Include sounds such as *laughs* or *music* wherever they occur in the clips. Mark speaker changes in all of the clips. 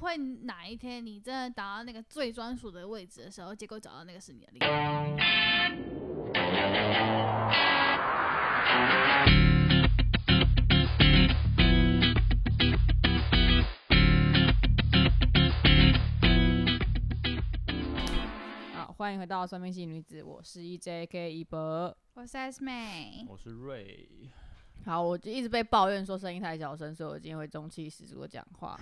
Speaker 1: 会哪一天你真的达到那个最专属的位置的时候，结果找到那个是你的另一半。
Speaker 2: 好，欢迎回到算命系女子，我是 E EJK 一博。
Speaker 1: 我是 S 妹，
Speaker 3: 我是瑞，
Speaker 2: 好，我就一直被抱怨说声音太小声，所以我今天会中气十足的讲话。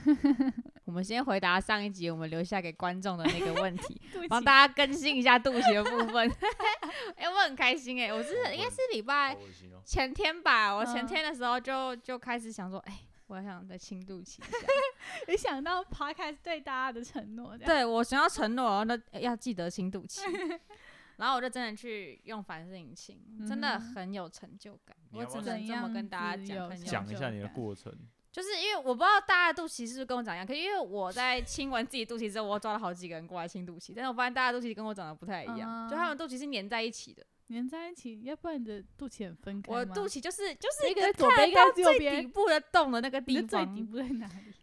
Speaker 2: 我们先回答上一集我们留下给观众的那个问题，帮大家更新一下肚脐的部分。 *laughs* 哎、我很开心哎、我是应该是礼拜
Speaker 3: 好恶心哦！
Speaker 2: 前天吧，我前
Speaker 1: 嗯
Speaker 2: 天的时候就就开始想说，哎、我想再轻肚脐一下。
Speaker 1: 没想到 Podcast 对大家的承诺，这样
Speaker 2: 对我想要承诺，然
Speaker 1: 哦
Speaker 2: 后
Speaker 1: 哎
Speaker 2: 呢要记得轻
Speaker 1: *laughs*
Speaker 2: 肚脐。然后我就真的去用凡士林清，真的
Speaker 1: 嗯哼
Speaker 2: 很有成就感。
Speaker 3: 你
Speaker 2: 我
Speaker 3: 要不
Speaker 2: 只
Speaker 3: 要
Speaker 2: 能这么跟大家
Speaker 1: 怎样子
Speaker 2: 讲，很
Speaker 1: 有
Speaker 2: 有
Speaker 3: 讲
Speaker 1: 成
Speaker 3: 一
Speaker 1: 就
Speaker 3: 下你的
Speaker 1: 感
Speaker 3: 过程，
Speaker 2: 就是因为我不知道大家的肚脐是不是跟我长一样，可是因为我在亲完自己肚脐之后，我抓了好几个人过来亲肚脐，但是我发现大家肚脐跟我长得不太一
Speaker 1: 嗯
Speaker 2: 样，就他们肚脐是粘在一起的，
Speaker 1: 粘在一起，要不然你的肚脐很分开
Speaker 2: 我
Speaker 1: 吗
Speaker 2: 肚脐就是就是
Speaker 1: 一
Speaker 2: 一
Speaker 1: 个
Speaker 2: 个
Speaker 1: 在左
Speaker 2: 看
Speaker 1: 边一
Speaker 2: 得
Speaker 1: 个在
Speaker 2: 到
Speaker 1: 右
Speaker 2: 最
Speaker 1: 边
Speaker 2: 底部的洞的那个
Speaker 1: 你的
Speaker 2: 地
Speaker 1: 最底
Speaker 2: 方，
Speaker 1: 部在哪里？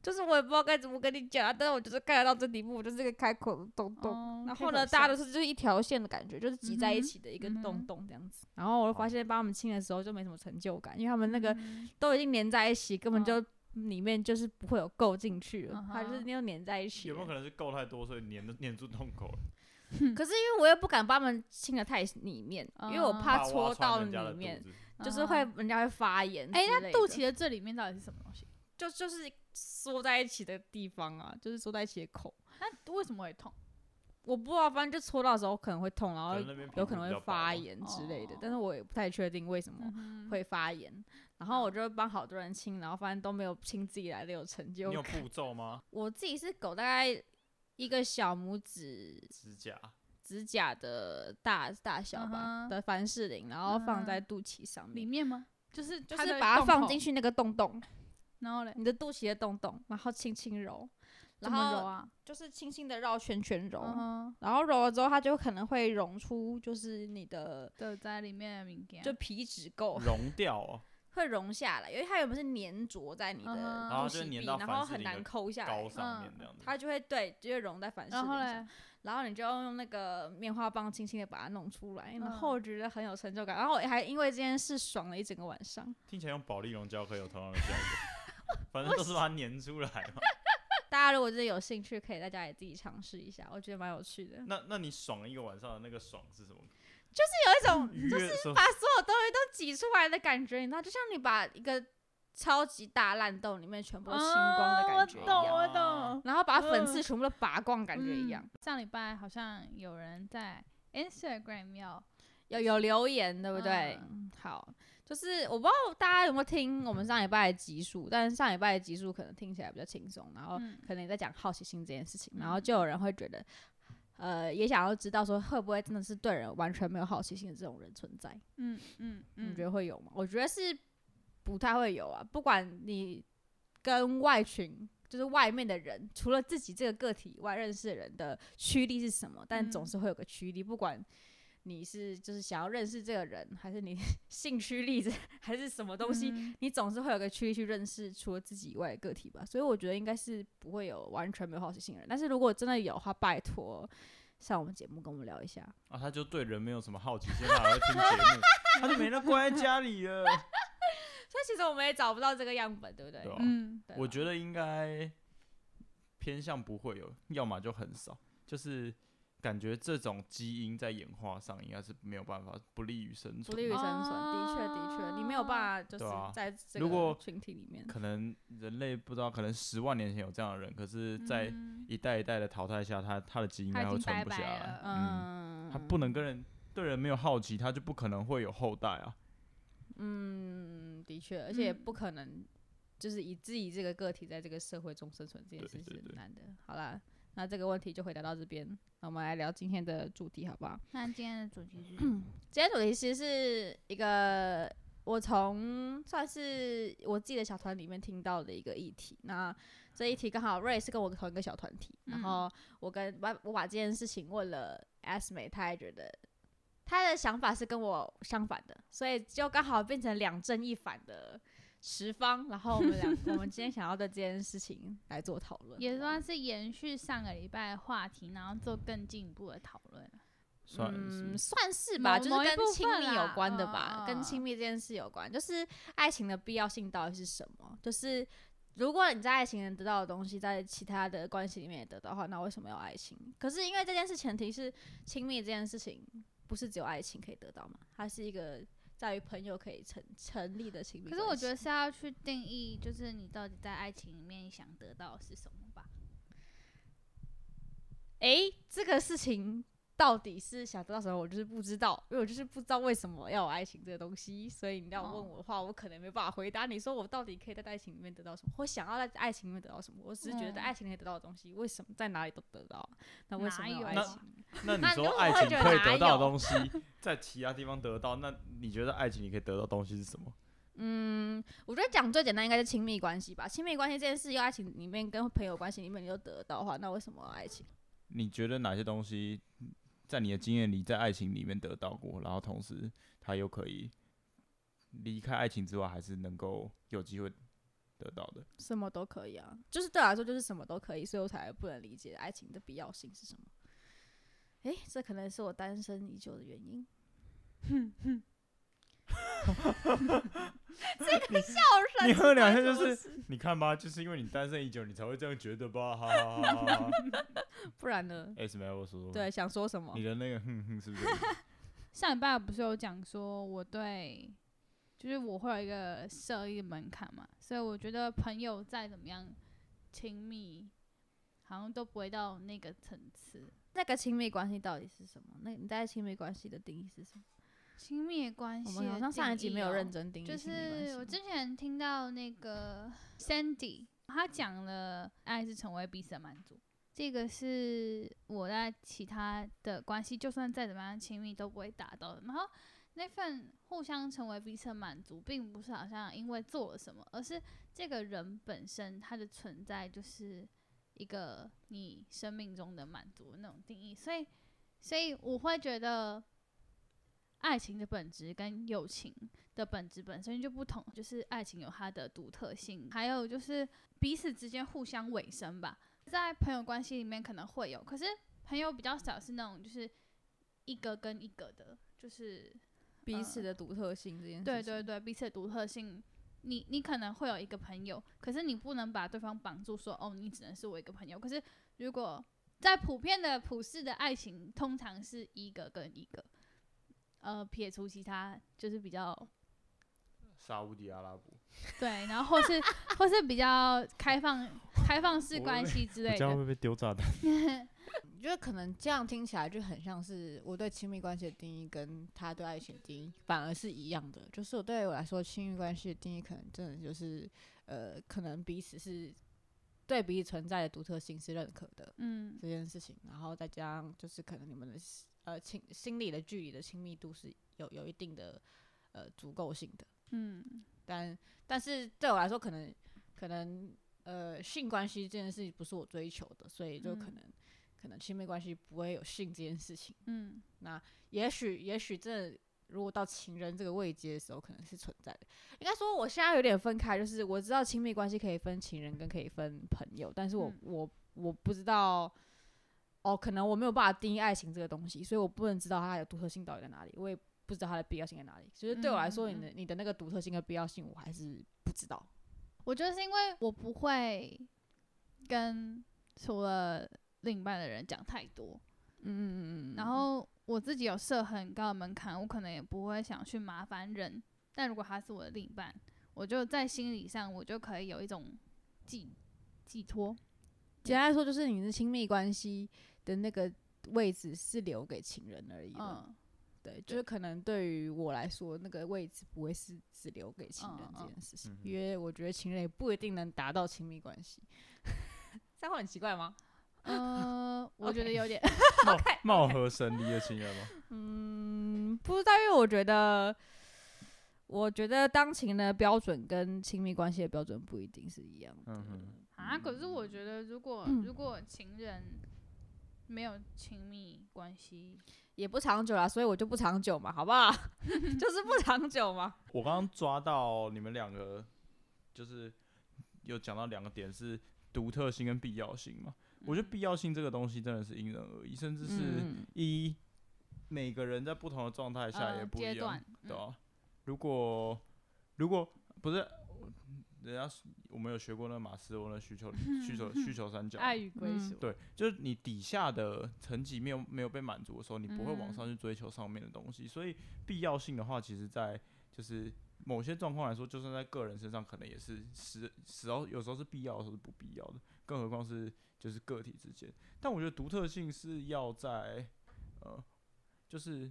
Speaker 2: 就是我也不知道该怎么跟你讲啊，但是我就是看得到最底部，我就是这个开口的洞洞。
Speaker 1: 哦
Speaker 2: 然
Speaker 1: 开
Speaker 2: 后呢，
Speaker 1: 口
Speaker 2: 大家
Speaker 1: 笑
Speaker 2: 都是就是一条线的感觉，就是挤在一
Speaker 1: 嗯哼
Speaker 2: 起的一个
Speaker 1: 嗯哼
Speaker 2: 洞洞这样子。然后我就发现帮他们清的时候就没什么成就感，因为他们那个
Speaker 1: 嗯
Speaker 2: 都已经粘在一起，根本
Speaker 1: 嗯
Speaker 2: 就里面就是不会有够进去了，它就
Speaker 1: 嗯
Speaker 2: 是
Speaker 1: 哼
Speaker 2: 又粘在一起
Speaker 3: 有没有可
Speaker 2: 了。
Speaker 3: 能是够太多，所以粘的粘住洞口了？
Speaker 2: 可是因为我又不敢帮他们清的太里面，因为我
Speaker 1: 嗯
Speaker 2: 怕
Speaker 3: 挖
Speaker 2: 戳
Speaker 3: 穿
Speaker 2: 到
Speaker 3: 人家的
Speaker 2: 里
Speaker 3: 肚
Speaker 2: 面，
Speaker 3: 子
Speaker 2: 就是会嗯
Speaker 1: 哦
Speaker 2: 人家会发炎。
Speaker 1: 哎，
Speaker 2: 那
Speaker 1: 那肚脐的最里面到底是什么东西？
Speaker 2: 就就是缩在一起的地方啊，就是缩在一起的口。
Speaker 1: 那为什么会痛？
Speaker 2: 我不知道，反正就戳到的时候可能会痛，然后
Speaker 3: 可能那边皮
Speaker 2: 有
Speaker 3: 肤
Speaker 2: 可能
Speaker 3: 比较
Speaker 2: 会
Speaker 3: 薄
Speaker 2: 发
Speaker 3: 吧
Speaker 2: 炎之类的
Speaker 1: 哦，
Speaker 2: 但是我也不太确定为什么。
Speaker 1: 嗯哼嗯
Speaker 2: 会发炎，然后我就帮好多人清，然后发现都没有清自己来的有成就
Speaker 3: 你有
Speaker 2: 感。
Speaker 3: 步骤吗？
Speaker 2: 我自己是狗大概一个小拇指
Speaker 3: *laughs* 指甲嗯
Speaker 2: 指甲的大大小吧、
Speaker 1: 嗯哼
Speaker 2: 的凡士林，然后放在
Speaker 1: 嗯
Speaker 2: 肚脐上
Speaker 1: 里
Speaker 2: 面，
Speaker 1: 面吗？就是
Speaker 2: 就
Speaker 1: 它
Speaker 2: 是
Speaker 1: 的
Speaker 2: 把它
Speaker 1: 洞
Speaker 2: 放
Speaker 1: 口
Speaker 2: 进，去那个洞洞，
Speaker 1: 然后嘞，
Speaker 2: 你的肚脐的洞洞，然后轻轻揉，
Speaker 1: 怎
Speaker 2: 然
Speaker 1: 么揉
Speaker 2: 后
Speaker 1: 啊？
Speaker 2: 就是轻轻的绕圈圈揉。
Speaker 1: 嗯哼
Speaker 2: 然后揉了之后，它就可能会溶出，就是你的
Speaker 1: 就在里面的物件，
Speaker 2: 就皮脂垢
Speaker 3: 融掉哦，
Speaker 2: 会溶下来，因为它原本是粘着在你的
Speaker 1: 嗯哼
Speaker 2: 肚
Speaker 1: 然后
Speaker 3: 就
Speaker 2: 脐壁，
Speaker 3: 粘到
Speaker 2: 然
Speaker 3: 凡
Speaker 2: 后
Speaker 3: 士
Speaker 2: 很
Speaker 3: 林的
Speaker 2: 难抠下来
Speaker 3: 高，上面
Speaker 1: 嗯
Speaker 3: 这样子。
Speaker 2: 它就会对，就会融在凡士林
Speaker 1: 然后嘞
Speaker 2: 上，，然后你就用那个棉花棒轻轻的把它弄出来，
Speaker 1: 嗯
Speaker 2: 然后我觉得很有成就感，然后我还因为这件事爽了一整个晚上。
Speaker 3: 听起来用保利龙胶可以有同样的效果， *laughs* 反正都是把它粘出来 *laughs* 嘛。
Speaker 2: 大家如果真的有兴趣，可以在家里自己尝试一下，我觉得蛮有趣的，
Speaker 3: 那那你爽一个晚上的那个爽是什么？
Speaker 2: 就是有一种
Speaker 3: 愉悦说
Speaker 2: 把所有东西都挤出来的感觉，你知道，就像你把一个超级大烂洞里面全部都清光的感觉
Speaker 1: 哦我
Speaker 2: 一
Speaker 1: 懂，
Speaker 2: 样，
Speaker 1: 我
Speaker 3: 啊
Speaker 1: 懂，
Speaker 2: 然后把粉刺全部都拔光，感觉一样。
Speaker 1: 嗯。上礼拜好像有人在 Instagram 要，呃
Speaker 2: 有有留言，对不对？好，就是我不知道大家有没有听我们上礼拜的集数，但是上礼拜的集数可能听起来比较轻松，然后
Speaker 1: 嗯
Speaker 2: 可能也在讲好奇心这件事情，然后就有人会觉得，呃，也想要知道说会不会真的是对人完全没有好奇心的这种人存在，
Speaker 1: 嗯嗯
Speaker 2: 你觉
Speaker 1: 嗯，
Speaker 2: 得会有吗？我觉得是不太会有啊，不管你跟外群。就是外面的人，除了自己这个个体以外，认识的人的驱力是什么？但总
Speaker 1: 嗯
Speaker 2: 是会有个驱力，不管你是就是想要认识这个人，还是你 *laughs* 性驱力这，还是什么东西，
Speaker 1: 嗯
Speaker 2: 你总是会有个驱力去认识除了自己以外的个体吧。所以我觉得应该是不会有完全没有好奇心的人。但是如果真的有的话，拜托上我们节目跟我们聊一下。
Speaker 3: 啊，他就对人没有什么好奇心，他还会听节目，他就每天关在家里了。
Speaker 2: 所以其实我们也找不到这个样本，对不对？
Speaker 3: 对啊
Speaker 1: 嗯，
Speaker 2: 对
Speaker 3: 我
Speaker 2: 吧
Speaker 3: 觉得应该偏向不会有，要么就很少，就是感觉这种基因在演化上应该是没有办法不利于生
Speaker 2: 不利于
Speaker 3: 存。
Speaker 2: 生存，的确的确，你没有办法就是
Speaker 3: 对啊
Speaker 2: 在这
Speaker 3: 如
Speaker 2: 个
Speaker 3: 果
Speaker 2: 群体里面，
Speaker 3: 可能人类不知道，可能十万年前有这样的人，可是，在
Speaker 1: 嗯
Speaker 3: 一代一代的淘汰下，他他的基因应
Speaker 1: 他
Speaker 3: 该
Speaker 1: 已
Speaker 3: 会
Speaker 1: 经
Speaker 3: 存
Speaker 1: 拜
Speaker 3: 不下
Speaker 1: 拜
Speaker 3: 来。
Speaker 1: 了，
Speaker 3: 嗯，
Speaker 2: 嗯，
Speaker 3: 他不能跟人对人没有好奇，他就不可能会有后代啊。
Speaker 2: 嗯，的确，而且也
Speaker 1: 嗯
Speaker 2: 不可能就是以自己这个个体在这个社会中生存这件
Speaker 3: 对
Speaker 2: 事
Speaker 3: 对
Speaker 2: 是
Speaker 3: 对
Speaker 2: 难的。好啦，那这个问题就回答到这边，那我们来聊今天的主题好不好？
Speaker 1: 那今天的主题是什么，
Speaker 2: 今天主题其实是一个我从算是我自己的小团里面听到的一个议题。那这一题刚好瑞是跟我同一个小团体，
Speaker 1: 嗯
Speaker 2: 然后我跟把我把这件事情问了 S 美，她也觉得她的想法是跟我相反的，所以就刚好变成两正一反的十方，然后我们两我们今天想要对这件事情来做讨论，
Speaker 1: *laughs* 也算是延续上个礼拜的话题，然后做更进一步的讨论。
Speaker 3: 算
Speaker 2: 嗯，
Speaker 3: 是
Speaker 2: 算是吧，
Speaker 1: 某
Speaker 2: 就是
Speaker 1: 某一
Speaker 2: 跟
Speaker 1: 部
Speaker 2: 亲
Speaker 1: 分
Speaker 2: 密
Speaker 1: 啦
Speaker 2: 有关的吧，
Speaker 1: 嗯嗯
Speaker 2: 跟
Speaker 1: 嗯
Speaker 2: 亲密这件事有关，就是爱情的必要性到底是什么？就是如果你在爱情能得到的东西，在其他的关系里面也得到的话，那为什么要爱情？可是因为这件事前提是亲密这件事情不是只有爱情可以得到嘛，它是一个在于朋友可以成成立的亲密
Speaker 1: 可
Speaker 2: 关系。
Speaker 1: 是我觉得是要去定义，就是你到底在爱情里面想得到的是什么吧。
Speaker 2: 诶，这个事情到底是想得到什么，我就是不知道，因为我就是不知道为什么要有爱情这个东西，所以你要
Speaker 1: 哦
Speaker 2: 问我的话，我可能没办法回答你说我到底可以在爱情里面得到什么，或想要在爱情里面得到什么。我只是觉得在
Speaker 1: 嗯
Speaker 2: 爱情里面得到的东西，为什么在哪里都得到？那为什么
Speaker 1: 哪
Speaker 2: 要有
Speaker 1: 有
Speaker 2: 爱
Speaker 3: 那
Speaker 2: 情？
Speaker 3: 那你
Speaker 2: 那如
Speaker 3: 说
Speaker 2: 果
Speaker 3: 爱
Speaker 2: 我
Speaker 3: 情
Speaker 2: 觉得
Speaker 3: 可以
Speaker 2: 哪
Speaker 3: 得到
Speaker 2: 有
Speaker 3: 的东西，在其他地方得到，那你觉得爱情你可以得到的东西是什么？
Speaker 2: 嗯，我觉得讲最简单应该是亲密关系吧。亲密关系这件事，要爱情里面跟朋友关系里面你都得得到的话，那为什么要爱情？
Speaker 3: 你觉得哪些东西在你的经验里，在爱情里面得到过，然后同时他又可以离开爱情之外，还是能够有机会得到的？
Speaker 2: 什么都可以啊，就是对我来说就是什么都可以，所以我才不能理解爱情的必要性是什么。诶，这可能是我单身已久的原因。
Speaker 3: 你喝两下就是，你看吧，就是因为你单身已久，你才会这样觉得吧，哈哈哈哈哈哈。
Speaker 2: 不然呢？
Speaker 3: *laughs* S M L 说，
Speaker 2: 对，，想说什么
Speaker 3: 你？的那个哼哼是不是？
Speaker 1: 上礼拜不是有讲说我对，就是我会有一个设立门槛嘛，所以我觉得朋友再怎么样亲密，好像都不会到那个层次。
Speaker 2: 那个亲密关系到底是什么？那你在亲密关系的定义是什么？
Speaker 1: 亲密的哦关
Speaker 2: 我
Speaker 1: 系、
Speaker 2: 们好像上一集没有认。真定义哦
Speaker 1: 就
Speaker 2: 亲密关系
Speaker 1: 是
Speaker 2: 吗
Speaker 1: 我之前听到那个 Sandy，他讲了爱是成为彼此的满足，这个是我在其他的关系，就算再怎么样亲密都不会达到的。然后那份互相成为彼此的满足，并不是好像因为做了什么，而是这个人本身他的存在就是一个你生命中的满足的那种定义。所以，所以我会觉得。爱情的本质跟友情的本质本身就不同，就是爱情有它的独特性，还有就是彼此之间互相委身吧，在朋友关系里面可能会有，可是朋友比较少是那种就是一个跟一个的，就是
Speaker 2: 彼此的独特性这件事情。
Speaker 1: 对对对，彼此的独特性。你你可能会有一个朋友，可是你不能把对方绑住说，哦，你只能是我一个朋友。可是如果在普遍的普世的爱情，通常是一个跟一个，呃，撇除其他就是比较
Speaker 3: *laughs* 沙乌地阿拉伯，
Speaker 1: 对，然后或是或是比较开放开放式
Speaker 3: 我
Speaker 1: 关
Speaker 3: 被
Speaker 1: 系之
Speaker 3: 我
Speaker 1: 类
Speaker 3: 这样
Speaker 1: 的，
Speaker 3: 会被丢炸弹。
Speaker 4: 我觉得可能这样听起来就很像是我对亲密关系的定义跟他对爱情的定义反而是一样的，就是我对我来说亲密关系的定义可能真的就是呃，可能彼此是对彼此存在的独特性是认可的
Speaker 1: 嗯，
Speaker 4: 这件事情，然后再加上就是可能你们的呃亲心理的距离的亲密度是有有一定的呃足够性的。
Speaker 1: 嗯，
Speaker 4: 但但是对我来说，可能可能呃，性关系这件事情不是我追求的，所以就可
Speaker 1: 嗯
Speaker 4: 能、可能亲密关系不会有性这件事情。
Speaker 1: 嗯，
Speaker 4: 也许也许真的，如果到情人这个位阶的时候，可能是存在的。应该说，我现在有点分开，就是我知道亲密关系可以分情人跟可以分朋友，但是我、
Speaker 1: 嗯
Speaker 4: 我我不知道。哦，可能我没有办法定义爱情这个东西，所以我不能知道它的独特性到底在哪里，我也不知道它的必要性在哪里。就是对我来说，
Speaker 1: 嗯嗯
Speaker 4: 你的你的那个独特性跟必要性，我还是不知道。
Speaker 1: 我觉得是因为我不会跟除了另一半的人讲太多，
Speaker 4: 嗯嗯嗯嗯，
Speaker 1: 然后我自己有设很高的门槛，我可能也不会想去麻烦人，但如果他是我的另一半，我就在心理上我就可以有一种寄寄托，
Speaker 4: 简单来说，就是你的亲密关系的那个位置是留给情人而已。嗯，
Speaker 1: 嗯，
Speaker 4: 对，就是可能对于我来说，那个位置不会是只留给情人
Speaker 1: 嗯
Speaker 4: 这
Speaker 1: 嗯
Speaker 4: 件事情，
Speaker 3: 嗯哼
Speaker 4: 因为我觉得情人也不一定能达到亲密关系。 *laughs* 这样会很奇怪吗？
Speaker 3: *laughs*
Speaker 1: 呃，我觉得
Speaker 4: OK
Speaker 1: 有点，
Speaker 3: 貌貌合神离的情人吗？
Speaker 4: 嗯，不知道，因为我觉得，我觉得当情人的标准跟亲密关系的标准不一定是一样的。
Speaker 3: 嗯 *laughs* 哼
Speaker 1: 啊，可是我觉得，如果、
Speaker 3: 嗯
Speaker 1: 如果情人没有亲密关系，
Speaker 4: 也不长久啦，所以我就不 *laughs* 长久嘛，好不好？就是不长久嘛。
Speaker 3: 我刚刚抓到你们两个就是有讲到两个点是独特性跟必要性嘛。
Speaker 1: 嗯
Speaker 3: 我觉得必要性这个东西真的是因人而异，甚至是
Speaker 2: 嗯
Speaker 3: 一、每个人在不同的状态下也
Speaker 1: 呃
Speaker 3: 不
Speaker 1: 阶
Speaker 3: 一样，
Speaker 1: 段，
Speaker 3: 对吧、如果如果不是人家是我们有学过那个马斯洛那需求需求需求三
Speaker 1: *laughs*
Speaker 3: 角，
Speaker 1: 爱与归
Speaker 2: 嗯
Speaker 1: 属，
Speaker 3: 对，就是你底下的层级没有没有被满足的时候，你不会往
Speaker 1: 嗯
Speaker 3: 上去追求上面的东西。所以必要性的话，其实在就是某些状况来说，就算在个人身上，可能也是时时候有时候是必要的时候是不必要的，更何况是就是个体之间。但我觉得独特性是要在呃，就是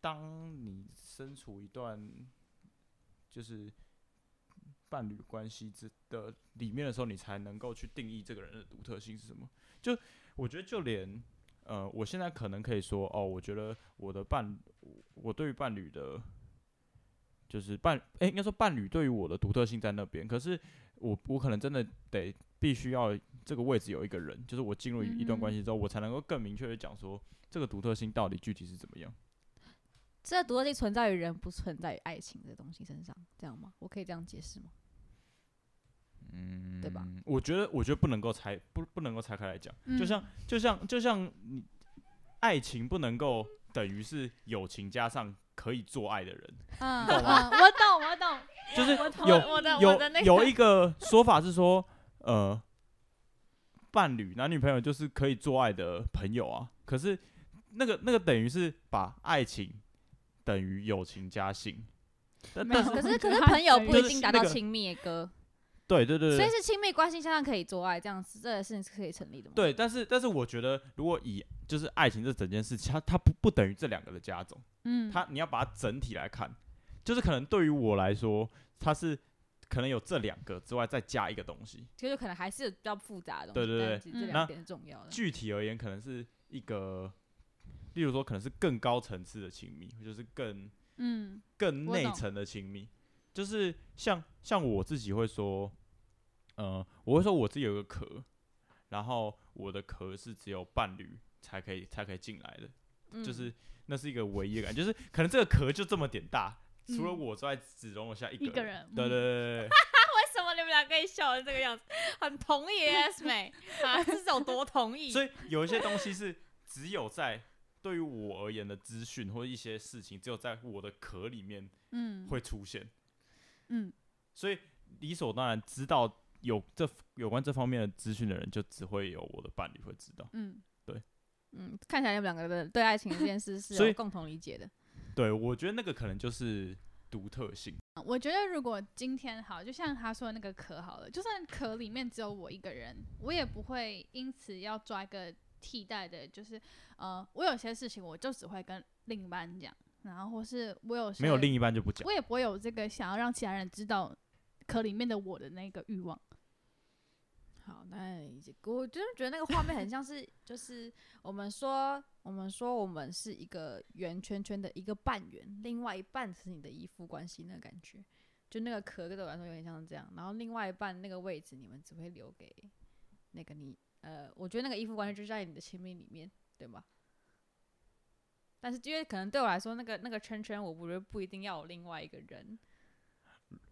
Speaker 3: 当你身处一段就是伴侣关系之的里面的时候，你才能够去定义这个人的独特性是什么。就我觉得，就连呃，我现在可能可以说，哦，我觉得我的伴，我对于伴侣的，就是伴，诶，应该说伴侣对于我的独特性在那边。可是我，我可能真的得必须要这个位置有一个人，就是我进入一一段关系之后，我才能够更明确的讲说，这个独特性到底具体是怎么样。
Speaker 2: 这独特性存在于人，不存在于爱情的东西身上，这样吗？我可以这样解释吗？
Speaker 3: 嗯
Speaker 2: 对吧？
Speaker 3: 我觉得，我觉得不能够拆，不不能够拆开来讲，就
Speaker 1: 嗯
Speaker 3: 像就像就像你，爱情不能够等于是友情加上可以做爱的人，
Speaker 1: 嗯，
Speaker 3: 懂吗
Speaker 1: 嗯我懂，我懂，
Speaker 3: 就是
Speaker 1: 我懂
Speaker 3: 有
Speaker 1: 我的
Speaker 3: 有有一个说法是说，呃，伴侣男女朋友就是可以做爱的朋友啊，可是那个那个等于是把爱情等于友情加性，但
Speaker 1: 没
Speaker 3: 但
Speaker 1: 有
Speaker 2: *laughs*
Speaker 3: 是
Speaker 2: 可是可
Speaker 1: 就是是
Speaker 2: 朋友不一
Speaker 3: 就是
Speaker 2: 定达
Speaker 3: 那
Speaker 2: 到
Speaker 3: 个
Speaker 2: 亲密的哥，
Speaker 3: 对对对对，
Speaker 2: 所以是亲密关系下可以做爱，这样子这个事情是可以成立的吗？
Speaker 3: 对，但是但是我觉得，如果以就是爱情这整件事，情，它它不不等于这两个的加总，
Speaker 1: 嗯，
Speaker 3: 它你要把它整体来看，就是可能对于我来说，它是可能有这两个之外再加一个东西，
Speaker 2: 就是可能还是有比较复杂的东
Speaker 3: 对
Speaker 2: 西，但其实
Speaker 3: 对对
Speaker 2: 这
Speaker 1: 嗯
Speaker 2: 两
Speaker 3: 那
Speaker 2: 点是重要的。
Speaker 3: 具体而言可能是一个，例如说可能是更高层次的亲密，就是更
Speaker 1: 嗯
Speaker 3: 更
Speaker 1: 我
Speaker 3: 内
Speaker 1: 懂
Speaker 3: 层的亲密，就是像像我自己会说，呃，我会说我自己有一个壳，然后我的壳是只有伴侣才可以才可以进来的。
Speaker 2: 嗯
Speaker 3: 就是那是一个唯一的感觉，就是可能这个壳就这么点大，除了
Speaker 1: 嗯
Speaker 3: 我之外只容得下一
Speaker 1: 一
Speaker 3: 个
Speaker 1: 个
Speaker 3: 人。
Speaker 1: 人
Speaker 3: 对
Speaker 1: 嗯
Speaker 3: 对对对对，
Speaker 2: 为什么你们俩可以笑成这个样子？很同
Speaker 3: *laughs*
Speaker 2: 意 S 美啊，这是有多同意？
Speaker 3: 所以有一些东西是只有在对于我而言的资讯或者一些事情，只有在我的壳里面
Speaker 1: 嗯
Speaker 3: 会出现，
Speaker 1: 嗯，
Speaker 3: 所以理所当然知道有这有关这方面的资讯的人，就只会有我的伴侣会知道。
Speaker 1: 嗯，
Speaker 2: 嗯，看起来你们两个的对爱情这件事是
Speaker 3: 所以
Speaker 2: 有共同理解的。
Speaker 3: 对，我觉得那个可能就是独特性。
Speaker 1: 我觉得如果今天好，就像他说的那个壳好了，就算壳里面只有我一个人，我也不会因此要抓一个替代的，就是呃，我有些事情我就只会跟另一半讲，然后或是我有些
Speaker 3: 没有另一半就不讲。
Speaker 1: 我也不会有这个想要让其他人知道壳里面的我的那个欲望。
Speaker 2: 好，那已经我真的觉得那个画面很像是，就是我们说，我们说我们是一个圆圈圈的一个半圆，另外一半是你的依附关系那个感觉，就那个壳对我来说有点像是这样，然后另外一半那个位置你们只会留给那个你，呃，我觉得那个依附关系就在你的亲密里面，对吧？但是因为可能对我来说，那个那个圈圈，我不觉得不一定要有另外一个人，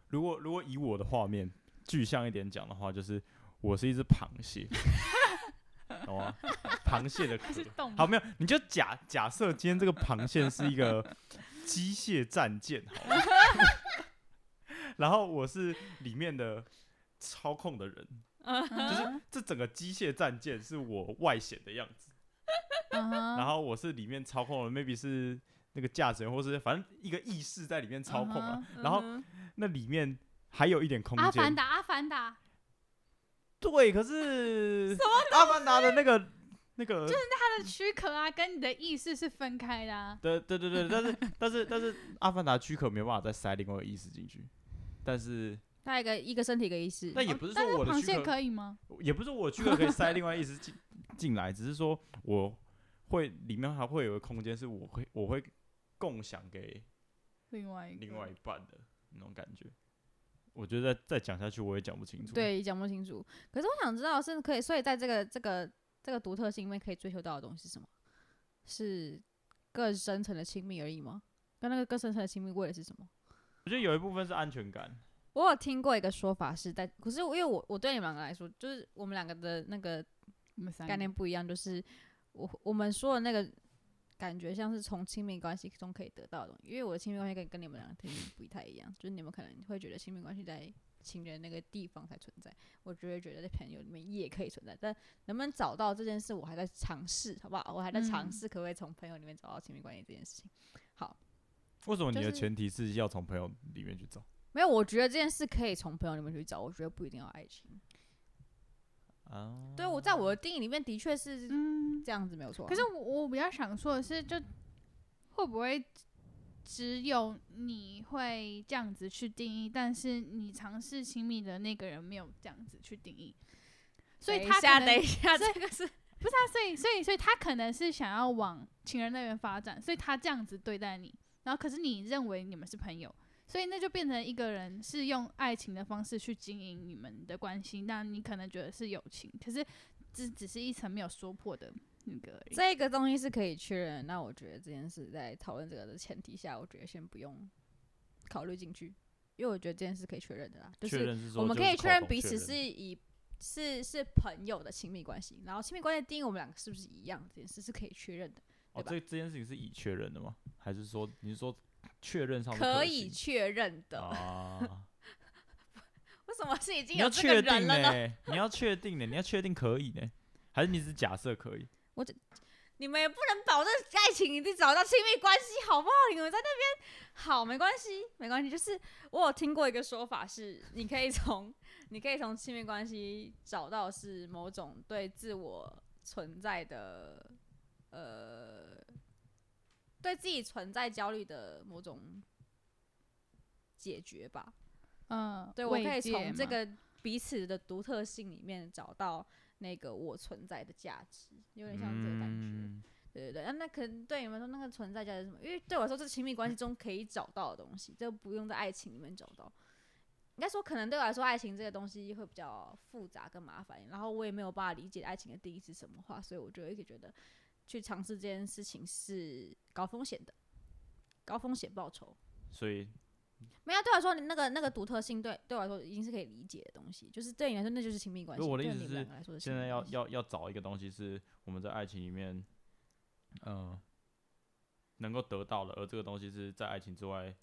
Speaker 3: 如果如果以我的画面具象一点讲的话，就是我是一只螃蟹，懂吗？螃蟹的壳。
Speaker 2: *laughs*
Speaker 1: 动
Speaker 3: 好，没有，你就假假设今天这个螃蟹是
Speaker 2: *laughs*
Speaker 3: 一个机械战舰，好了 *laughs* 然后我是里面的操控的人，
Speaker 2: 啊
Speaker 1: 就是
Speaker 3: 这整个机械战舰是我外显的样子，然
Speaker 2: 嗯
Speaker 1: 然
Speaker 3: 后我是里面操控的，maybe 是那个驾驶员，或是反正一个意识在里面操控啊，然后
Speaker 2: 嗯哼
Speaker 3: 那里面还有一点空
Speaker 1: 阿
Speaker 3: 间嗯
Speaker 1: 凡。达，阿凡达，
Speaker 3: 对，可是阿凡达的那个那个，
Speaker 1: 它的躯壳啊跟你的意识是分开的啊。
Speaker 3: 对对对对，但是但是但是阿凡达躯壳没有办法再塞另外一个意识进去，但是
Speaker 2: 大概一个一个身体一个意识，
Speaker 3: 但也不是
Speaker 1: 但是
Speaker 3: 说我的
Speaker 1: 螃
Speaker 3: 躯
Speaker 1: 蟹
Speaker 3: 壳，
Speaker 1: 可以吗？
Speaker 3: 也不是我躯壳可以塞另外意识
Speaker 2: *laughs*
Speaker 3: 进进来，只是说我会里面还会有个空间，是我会我会共享给
Speaker 1: 另外一个，
Speaker 3: 另外一半的那种感觉。我觉得再再讲下去我也讲不清楚。，
Speaker 2: 对，讲不清楚。可是我想知道，是可以，所以在这个这个这个独特性里面，可以追求到的东西是什么？是更深层的亲密而已吗？跟那个更深层的亲密为的是什么？
Speaker 3: 我觉得有一部分是安全感，
Speaker 2: 我有听过一个说法是在，可是因为我我对你们两个来说，就是我们两个的那个
Speaker 1: 你们三
Speaker 2: 概念不一样，就是我我们说的那个感觉像是从亲密关系中可以得到的东西，因为我的亲密关系跟跟你们两个肯定不太一样，就是你们可能会觉得亲密关系在情人那个地方才存在，我就会觉得在朋友里面也可以存在，但能不能找到这件事，我还在尝试，好不好？我还在尝
Speaker 1: 嗯
Speaker 2: 试可不可以从朋友里面找到亲密关系这件事情。
Speaker 3: 为什么你
Speaker 2: 就
Speaker 3: 的
Speaker 2: 是
Speaker 3: 前提是要从朋友里面去找
Speaker 2: 没有，我觉得这件事可以从朋友里面去找，我觉得不一定要爱情。
Speaker 3: 啊？
Speaker 2: 对，我在我的定义里面的确是
Speaker 1: 嗯，
Speaker 2: 这样子，没有错啊。
Speaker 1: 可是我我比较想说的是，就会不会只有你会这样子去定义，但是你尝试亲密的那个人没有这样子去定义，所以
Speaker 2: 等一
Speaker 1: 他
Speaker 2: 下
Speaker 1: 可
Speaker 2: 等
Speaker 1: 能
Speaker 2: 一下，
Speaker 1: 所以
Speaker 2: 这个是
Speaker 1: 不是啊，所以所以所以他可能是想要往情人那边发展，所以他这样子对待你，然后可是你认为你们是朋友。所以那就变成一个人是用爱情的方式去经营你们的关系，那你可能觉得是友情，可是这只是一层没有说破的那个而已。
Speaker 2: 这个东西是可以确认的。那我觉得这件事在讨论这个的前提下，我觉得先不用考虑进去，因为我觉得这件事可以确认的啦，就
Speaker 3: 确
Speaker 2: 是
Speaker 3: 认是说
Speaker 2: 我们
Speaker 3: 就
Speaker 2: 可以
Speaker 3: 是口
Speaker 2: 确认
Speaker 3: 头
Speaker 2: 彼此
Speaker 3: 认
Speaker 2: 是以是是朋友的亲密关系，然后亲密关系定义我们两个是不是一样，这件事是可以确认的，对
Speaker 3: 哦，
Speaker 2: 吧
Speaker 3: 这这件事情是已确认的吗？还是说你是说确认上是
Speaker 2: 可
Speaker 3: 行
Speaker 2: 以确认的。
Speaker 3: 啊？ *laughs*
Speaker 2: 为什么是已经
Speaker 3: 你
Speaker 2: 有
Speaker 3: 要
Speaker 2: 这个
Speaker 3: 确定
Speaker 2: 人了
Speaker 3: 呢、
Speaker 2: 呢？
Speaker 3: 你要确定呢、你要确定可以呢、还是你只是假设可以？
Speaker 2: 你们也不能保证爱情一定找到亲密关系，好不好？你们在那边好没关系，没关系。就是我有听过一个说法是，你可以从 *laughs* 你可以从亲密关系找到是某种对自我存在的呃，对自己存在焦虑的某种解决吧。
Speaker 1: 嗯，
Speaker 2: 对我
Speaker 1: 慰
Speaker 2: 可以
Speaker 1: 藉
Speaker 2: 从这
Speaker 1: 嘛
Speaker 2: 个彼此的独特性里面找到那个我存在的价值，有点像这个感觉。
Speaker 3: 嗯
Speaker 2: 对对对，那啊那可能对你们说那个存在价值是什么？因为对我来说，这是亲密关系中可以找到的东西，这不用在爱情里面找到。应该说，可能对我来说，爱情这个东西会比较复杂跟麻烦，然后我也没有办法理解爱情的定义是什么话，所以我就一直觉得去尝试这件事情是高风险的，高风险报酬。
Speaker 3: 所以
Speaker 2: 没有、对我来说，那个那个独特性对对我来说已经是可以理解的东西，就是对你来说那就是亲密关系。
Speaker 3: 不我的
Speaker 2: 对
Speaker 3: 意思
Speaker 2: 你们
Speaker 3: 是
Speaker 2: 两个来说是亲
Speaker 3: 现
Speaker 2: 密
Speaker 3: 在要
Speaker 2: 关系
Speaker 3: 要要找一个东西，是我们在爱情里面，嗯，能够得到的，而这个东西是在爱情之外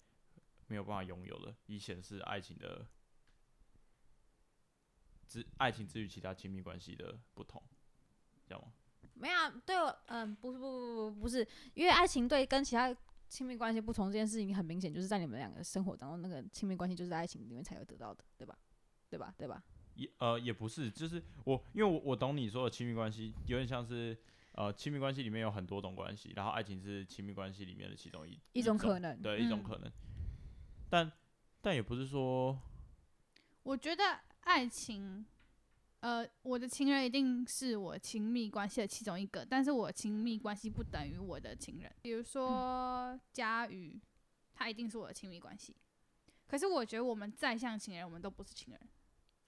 Speaker 3: 没有办法拥有的，以显示爱情的之爱情之于其他亲密关系的不同，这样吗？
Speaker 2: 没有、啊，对我，嗯，不是，不不不，不是，因为爱情对跟其他亲密关系不同这件事情，很明显就是在你们两个生活当中，那个亲密关系就是在爱情里面才有得到的，对吧？对吧？对吧？
Speaker 3: 也呃也不是，就是我因为我我懂你说的亲密关系，有点像是呃亲密关系里面有很多种关系，然后爱情是亲密关系里面的其中一
Speaker 2: 一种可能，
Speaker 3: 的一种
Speaker 1: 嗯
Speaker 3: 可能，但但也不是说
Speaker 1: 我觉得爱情，呃，我的情人一定是我亲密关系的其中一个，但是我亲密关系不等于我的情人。比如说
Speaker 2: 嗯
Speaker 1: 佳瑜，他一定是我的亲密关系，可是我觉得我们再像情人，我们都不是情人。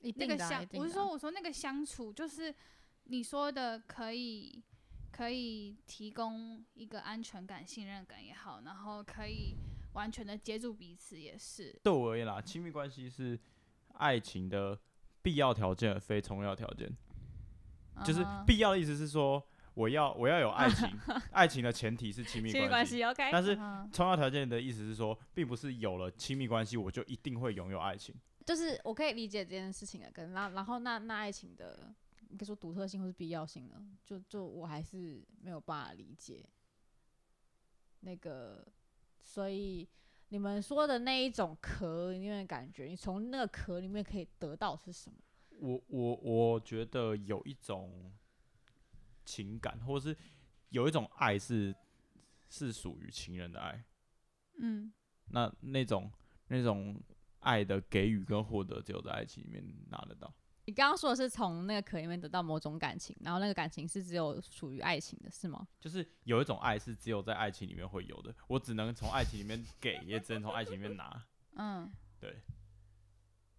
Speaker 2: 一
Speaker 1: 那
Speaker 2: 定
Speaker 1: 个
Speaker 2: 的啊、
Speaker 1: 相
Speaker 2: 一，定
Speaker 1: 我是
Speaker 2: 的啊
Speaker 1: 说，，我说那个相处，就是你说的可以可以提供一个安全感、信任感也好，然后可以完全的接住彼此也是。
Speaker 3: 对我而言啦，亲密关系是爱情的必要条件，而非重要条件。就是
Speaker 1: 嗯
Speaker 2: 啊
Speaker 1: 哼
Speaker 3: 必要的意思是说，我要我要有
Speaker 2: *laughs*
Speaker 3: 爱情，爱情的前提是亲密
Speaker 2: 亲密
Speaker 3: 关
Speaker 2: 关。系，OK，
Speaker 3: 但是
Speaker 1: 嗯哼
Speaker 3: 重要条件的意思是说，并不是有了亲密关系我就一定会拥有爱情。
Speaker 2: 就是我可以理解这件事情的，跟然后然后那那爱情的，应该说独特性或是必要性呢，就就我还是没有办法理解。那个，所以你们说的那一种壳里面的感觉，你从那个壳里面可以得到是什么？
Speaker 3: 我我我觉得有一种情感，或是有一种爱是是属于情人的爱。
Speaker 1: 嗯。
Speaker 3: 那那种那种爱的给予跟获得，只有在爱情里面拿得到。
Speaker 2: 你刚刚说的是从那个壳里面得到某种感情，然后那个感情是只有属于爱情的，是吗？
Speaker 3: 就是有一种爱是只有在爱情里面会有的，我只能从爱情里面给，也只能从爱情里面拿。
Speaker 1: 嗯，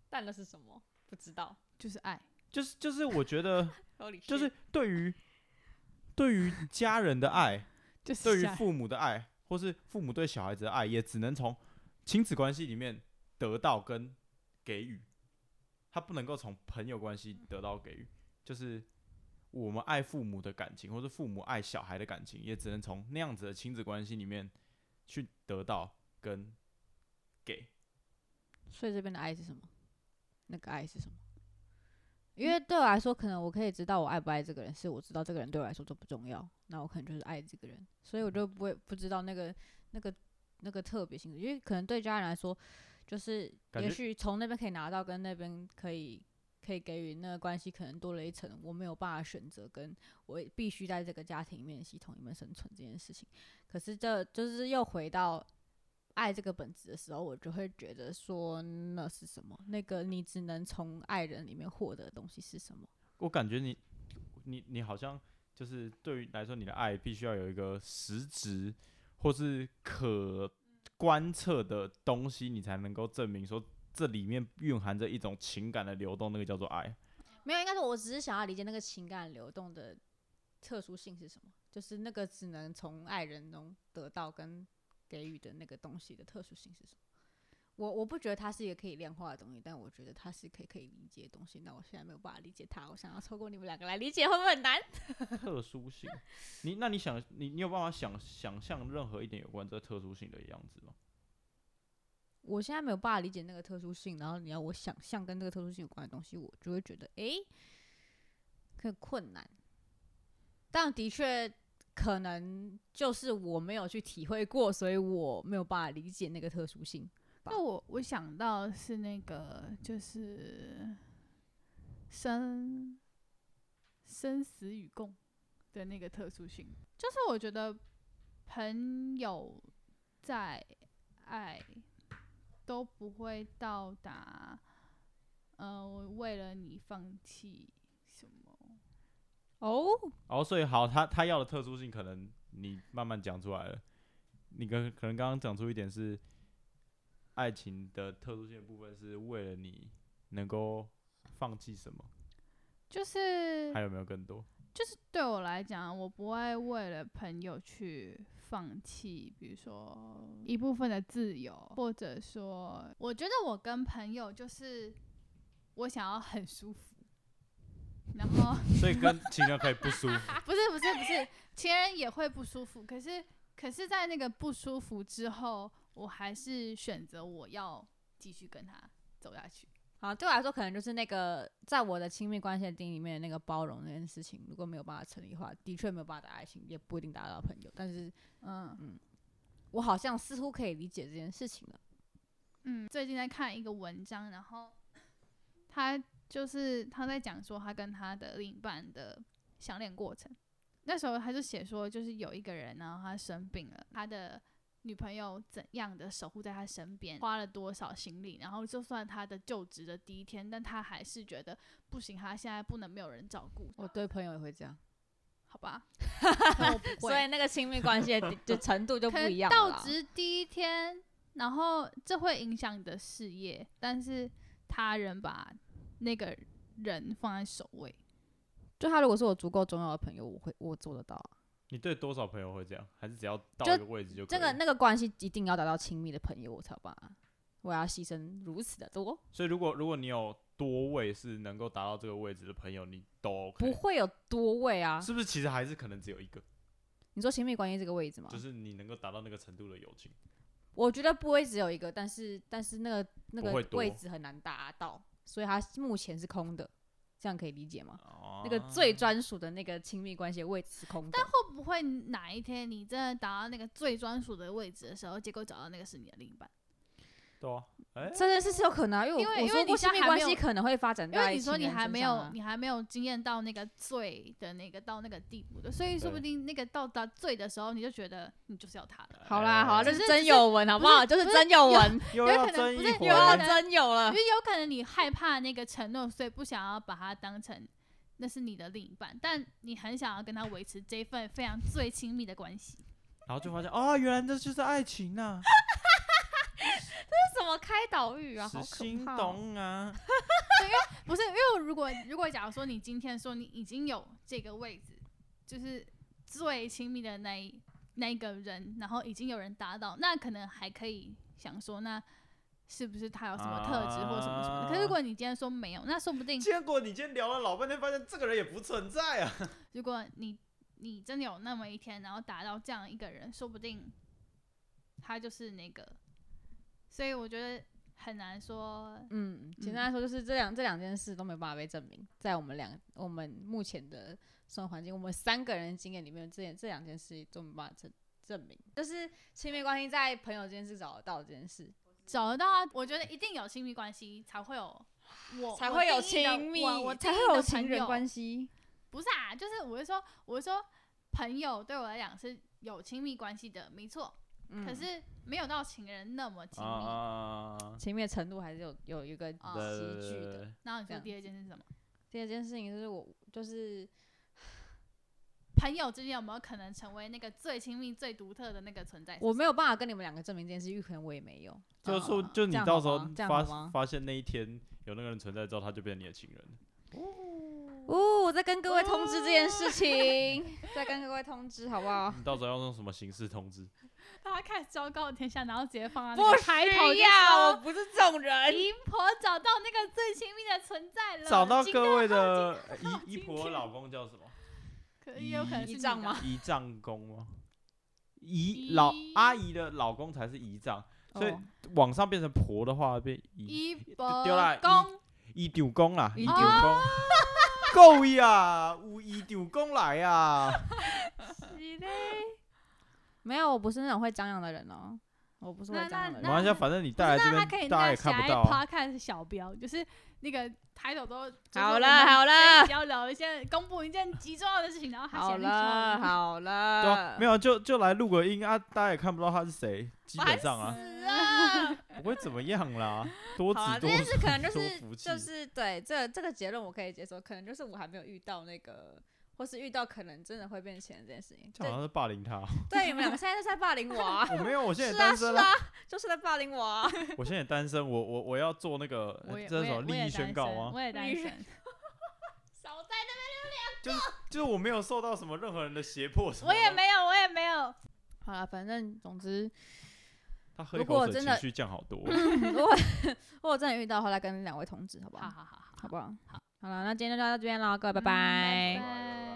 Speaker 2: 但那是什么？不知道。
Speaker 1: 就是爱。
Speaker 3: 就是就是，我觉得
Speaker 2: Holy
Speaker 3: 就是对于对于家人的爱，
Speaker 1: 就是
Speaker 3: 对于父母的爱，或是父母对小孩子的爱，也只能从亲子关系里面得到跟给予，他不能够从朋友关系得到给予，就是我们爱父母的感情，或者父母爱小孩的感情，也只能从那样子的亲子关系里面去得到跟给。
Speaker 2: 所以这边的爱是什么？那个爱是什么？
Speaker 3: 嗯
Speaker 2: 因为对我来说，可能我可以知道我爱不爱这个人，是我知道这个人对我来说重不重要，那我可能就是爱这个人，所以我就不会不知道那个那个那个特别性质，因为可能对家人来说，就是
Speaker 3: 感
Speaker 2: 也
Speaker 3: 觉
Speaker 2: 许从那边可以拿到，跟那边可以可以给予，那个关系可能多了一层，我没有办法选择，跟我必须在这个家庭里面系统里面生存这件事情。可是这就是又回到爱这个本质的时候，我就会觉得说那是什么？那个你只能从爱人里面获得的东西是什么？
Speaker 3: 我感觉你，你，你好像就是对于来说，你的爱必须要有一个实质或是可观测的东西，你才能够证明说这里面蕴含着一种情感的流动，那个叫做爱。
Speaker 2: 没有，应该说我只是想要理解那个情感流动的特殊性是什么，就是那个只能从爱人中得到跟给予的那个东西的特殊性是什么。我我不觉得它是一个可以量化的东西，但我觉得它是可以可以理解的东西。那我现在没有办法理解它，我想要透过你们两个来理解，会不会很难？
Speaker 3: *laughs* 特殊性，你那你想你你有办法想想象任何一点有关这特殊性的样子吗？
Speaker 2: 我现在没有办法理解那个特殊性，然后你要我想象跟这个特殊性有关的东西，我就会觉得诶，很困难。但的确可能就是我没有去体会过，所以我没有办法理解那个特殊性。吧
Speaker 1: 那我我想到是那个就是生生死与共的那个特殊性，就是我觉得朋友在爱都不会到达，呃，我为了你放弃什么。
Speaker 2: 哦，
Speaker 3: 哦，所以好，他他要的特殊性，可能你慢慢讲出来了。你跟可能刚刚讲出一点是，爱情的特殊性的部分是为了你能够放弃什么？
Speaker 1: 就是
Speaker 3: 还有没有更多？
Speaker 1: 就是对我来讲，我不会为了朋友去放弃，比如说一部分的自由，或者说，我觉得我跟朋友就是我想要很舒服，然后
Speaker 3: 所以跟情人可以不舒服
Speaker 1: 不是不是不是，情人也会不舒服，可是可是在那个不舒服之后，我还是选择我要继续跟他走下去。
Speaker 2: 好，对我来说可能就是那个在我的亲密关系的定义里面的那个包容那件事情，如果没有办法成立的话，的确没有办法达到爱情，也不一定达得到朋友。但是
Speaker 1: 嗯
Speaker 2: 我好像似乎可以理解这件事情了。
Speaker 1: 嗯，最近在看一个文章，然后他就是他在讲说他跟他的另一半的相恋过程。那时候他就写说，就是有一个人，然后他生病了，他的女朋友怎样的守护在他身边，花了多少心力，然后就算他的就职的第一天，但他还是觉得不行，他现在不能没有人照顾，
Speaker 2: 我对朋友也会这样。
Speaker 1: 好
Speaker 2: *laughs*
Speaker 1: 吧？那我不会，
Speaker 2: 所以那个亲密关
Speaker 1: *laughs*
Speaker 2: 系的就程度就不
Speaker 1: 可
Speaker 2: 一
Speaker 1: 能
Speaker 2: 样了
Speaker 1: 到
Speaker 2: 啦。
Speaker 1: 职第一天，然后这会影响你的事业，但是他人把那个人放在首位，
Speaker 2: 就他如果是我足够重要的朋友，我会我做得到啊、
Speaker 3: 你对多少朋友会这样？还是只要到
Speaker 2: 就
Speaker 3: 一个位置就可
Speaker 2: 这
Speaker 3: 以？
Speaker 2: 个那个关系一定要达到亲密的朋友，我才有办法。我要牺牲如此的多，
Speaker 3: 所以如果如果你有多位是能够达到这个位置的朋友，你都
Speaker 2: 不
Speaker 3: OK，
Speaker 2: 会有多位啊。
Speaker 3: 是不是？其实还是可能只有一个，
Speaker 2: 你说亲密关系这个位置吗？
Speaker 3: 就是你能够达到那个程度的友情。
Speaker 2: 我觉得不会只有一个，但是但是那个那
Speaker 3: 不会
Speaker 2: 个
Speaker 3: 多
Speaker 2: 位置很难达到，所以它目前是空的，这样可以理解吗？
Speaker 3: 哦
Speaker 2: 那个最专属的那个亲密关系的位置是空的，
Speaker 1: 会不会哪一天你真的达到那个最专属的位置的时候，结果找到那个是你的另一半？
Speaker 3: 对啊，哎、
Speaker 2: 这件事是有可能啊，因为
Speaker 1: 因
Speaker 2: 我
Speaker 1: 为
Speaker 2: 我
Speaker 1: 因为
Speaker 2: 说
Speaker 1: 你
Speaker 2: 过
Speaker 1: 现在
Speaker 2: 亲密
Speaker 1: 还
Speaker 2: 关
Speaker 1: 没有
Speaker 2: 系可能会发展
Speaker 1: 因
Speaker 2: 到、
Speaker 1: 为你说你还没
Speaker 2: 啊
Speaker 1: 有，你还没有经验到那个醉的那个到那个地步的，所以说不
Speaker 3: 对
Speaker 1: 定那个到达醉的时候，你就觉得你就是要他了。
Speaker 2: 好啦好啦，
Speaker 3: 哎
Speaker 2: 这
Speaker 1: 只
Speaker 2: 是
Speaker 1: 是
Speaker 2: 真有文好不好？就是
Speaker 1: 不是
Speaker 2: 真有
Speaker 1: 有
Speaker 2: 文，
Speaker 3: 又
Speaker 1: 有可
Speaker 3: 要
Speaker 1: 能
Speaker 3: 争
Speaker 1: 不
Speaker 3: 议
Speaker 1: 是
Speaker 3: 回
Speaker 1: 有
Speaker 3: 来
Speaker 1: 可能
Speaker 2: 真有
Speaker 1: 因 *laughs*
Speaker 2: 了。
Speaker 1: 为有可能你害怕那个承诺，所以不想要把它当成那是你的另一半，但你很想要跟他维持这一份非常最亲密的关系。
Speaker 3: 然后就发现啊、原来这就是爱情啊
Speaker 2: *laughs*
Speaker 3: 呐、
Speaker 2: 这什么开导语
Speaker 3: 啊，死心！
Speaker 1: 哦
Speaker 2: *laughs*
Speaker 3: 动啊。
Speaker 1: 不是，因为如果如果假如说你今天说你已经有这个位置，就是最亲密的那一那一个人，然后已经有人打倒，那可能还可以想说，那是不是他有什么特质或什么什么的。可是如果你今天说没有，那说不定
Speaker 3: 结果你今天聊了老半天，发现这个人也不存
Speaker 2: *laughs*
Speaker 3: 在啊。
Speaker 1: 如果你你真的有那么一天，然后达到这样一个人，说不定他就是那个。所以我觉得很难说，
Speaker 2: 嗯，
Speaker 1: 嗯
Speaker 2: 简单来说就是这两这两件事都没办法被证明，在我们两我们目前的生活环境，我们三个人的经验里面，这这两件事都没办法证证明，就是亲密关系在朋友间是找得到的这件事，
Speaker 1: 找得到啊，我觉得一定有亲密关系才会有我
Speaker 2: 才会有
Speaker 1: 我定义的
Speaker 2: 亲密
Speaker 1: 我我，
Speaker 2: 才会有
Speaker 1: 情
Speaker 2: 情人关
Speaker 1: 系。
Speaker 2: 系。
Speaker 1: 不是啊，就是我是说，我是说朋友对我来讲是有亲密关系的，没错，
Speaker 2: 嗯
Speaker 1: 可是没有到情人那么亲密。
Speaker 3: 啊，
Speaker 2: 亲密的程度还是有有一个集
Speaker 1: 啊
Speaker 3: 对
Speaker 2: 聚的。。
Speaker 1: 然后你
Speaker 2: 这
Speaker 1: 说
Speaker 2: 样
Speaker 1: 第二件是什么？
Speaker 2: 第二件事情就是我就是
Speaker 1: 朋友之间有没有可能成为那个最亲密、最独特的那个存在？
Speaker 2: 我没有办法跟你们两个证明这件事，因为可能我也没有。
Speaker 3: 就
Speaker 2: 啊
Speaker 3: 说，就
Speaker 2: *laughs*
Speaker 3: 你
Speaker 2: 这样好
Speaker 3: 到时候
Speaker 2: 吗这样好
Speaker 3: 发
Speaker 2: 吗？
Speaker 3: 发现那一天有那个人存在之后，他就变成你的情人
Speaker 2: *laughs*
Speaker 3: 了。
Speaker 2: 哦，我在跟各位通知这件事 *laughs* 情，再跟各位通知好不好？
Speaker 3: 你到时候要用什么形式通
Speaker 2: *laughs*
Speaker 3: 知？
Speaker 1: 大家开始昭告天下，然后直接放在
Speaker 2: 不
Speaker 1: 那个开头
Speaker 2: 需
Speaker 1: 就
Speaker 2: 要，我
Speaker 1: 说
Speaker 2: 不是这种人。
Speaker 1: 姨婆找到那个最亲密的存在了，
Speaker 3: 找到
Speaker 1: 今
Speaker 3: 各位的
Speaker 1: 好
Speaker 3: 姨姨
Speaker 1: 今
Speaker 3: 婆
Speaker 1: 天
Speaker 3: 老公叫
Speaker 2: *laughs*
Speaker 3: 什么？
Speaker 1: 可也有可能是
Speaker 2: 姨
Speaker 1: 你
Speaker 2: 丈
Speaker 1: 的
Speaker 2: 吗？
Speaker 3: 姨丈公吗？姨
Speaker 1: 姨
Speaker 3: 老阿姨的老公才是姨丈，所以
Speaker 2: 哦
Speaker 3: 网上变成婆的话变姨
Speaker 1: 姨婆
Speaker 3: 丢啦姨
Speaker 1: 公
Speaker 3: 姨丈公啦，
Speaker 2: 姨
Speaker 3: 姨
Speaker 2: 丈
Speaker 3: 丈
Speaker 2: *laughs*
Speaker 3: 公。够呀，有姨丈公来
Speaker 2: *laughs*
Speaker 3: 啊！
Speaker 1: 是嘞
Speaker 2: 没有，我不是那种会张扬的人哦，我不是会
Speaker 1: 那
Speaker 2: 张扬
Speaker 1: 那
Speaker 2: 的
Speaker 3: 没
Speaker 2: 人。
Speaker 3: 关系啊，反正你带来
Speaker 1: 那他
Speaker 3: 这
Speaker 1: 可以
Speaker 3: 边，大家
Speaker 1: 那
Speaker 3: 也
Speaker 1: 写
Speaker 3: 看不
Speaker 1: 在
Speaker 3: 到啊。
Speaker 1: podcast 小标，就是那个抬头都就是
Speaker 2: 好
Speaker 1: 我
Speaker 2: 了
Speaker 1: 们
Speaker 2: 好
Speaker 1: 这一
Speaker 2: 了
Speaker 1: 集要聊一件公布一件极重要的事情，然后他
Speaker 2: 好
Speaker 1: 写那个
Speaker 2: 了好
Speaker 3: 对啊
Speaker 2: 了，
Speaker 3: 没有就就来录个音啊，大家也看不到他是谁，基本上啊
Speaker 2: 死啊！
Speaker 3: 不会怎么样啦，多子
Speaker 2: 好啊，这
Speaker 3: 多
Speaker 2: 件事可能就
Speaker 3: 多
Speaker 2: 是
Speaker 3: 福气
Speaker 2: 就是对这这个结论我可以接受，可能就是我还没有遇到那个，或是遇到可能真的会变钱这件事情。
Speaker 3: *laughs* 这好啊
Speaker 2: 对
Speaker 3: 像是霸凌他。！
Speaker 2: 对，你们两个现在就是在霸凌我啊
Speaker 3: 我没有，我现在也
Speaker 2: 是啊
Speaker 3: 单
Speaker 2: 是
Speaker 3: 身
Speaker 2: 啊，就是在霸凌我啊！ *laughs*
Speaker 3: 我现在也单身，我我我要做那个
Speaker 1: 我也
Speaker 3: 这
Speaker 1: 我
Speaker 3: 是什
Speaker 1: 也
Speaker 3: 么
Speaker 1: 我也
Speaker 3: 利益宣
Speaker 1: 单
Speaker 3: 告
Speaker 1: 身
Speaker 3: 吗？
Speaker 1: 我也单
Speaker 2: 利益
Speaker 1: 身，
Speaker 2: 少在那
Speaker 3: 就是我没有受到什么任何人的胁迫什么
Speaker 1: 我
Speaker 3: 的。
Speaker 1: 也没有，我也没有。
Speaker 2: 好了，反正总之， *laughs*
Speaker 3: 他喝
Speaker 2: 如
Speaker 3: 一
Speaker 2: 果
Speaker 3: 口水
Speaker 2: 真
Speaker 3: 情
Speaker 2: 的
Speaker 3: 绪降好多。
Speaker 2: 如果如果真的遇到的话，再跟两位通知，好不
Speaker 1: 好好
Speaker 2: 好？
Speaker 1: 好好，
Speaker 2: 好不好？
Speaker 1: 好，
Speaker 2: 好了，那今天就到这边了，各位，拜
Speaker 1: 嗯
Speaker 2: 拜。
Speaker 1: 拜拜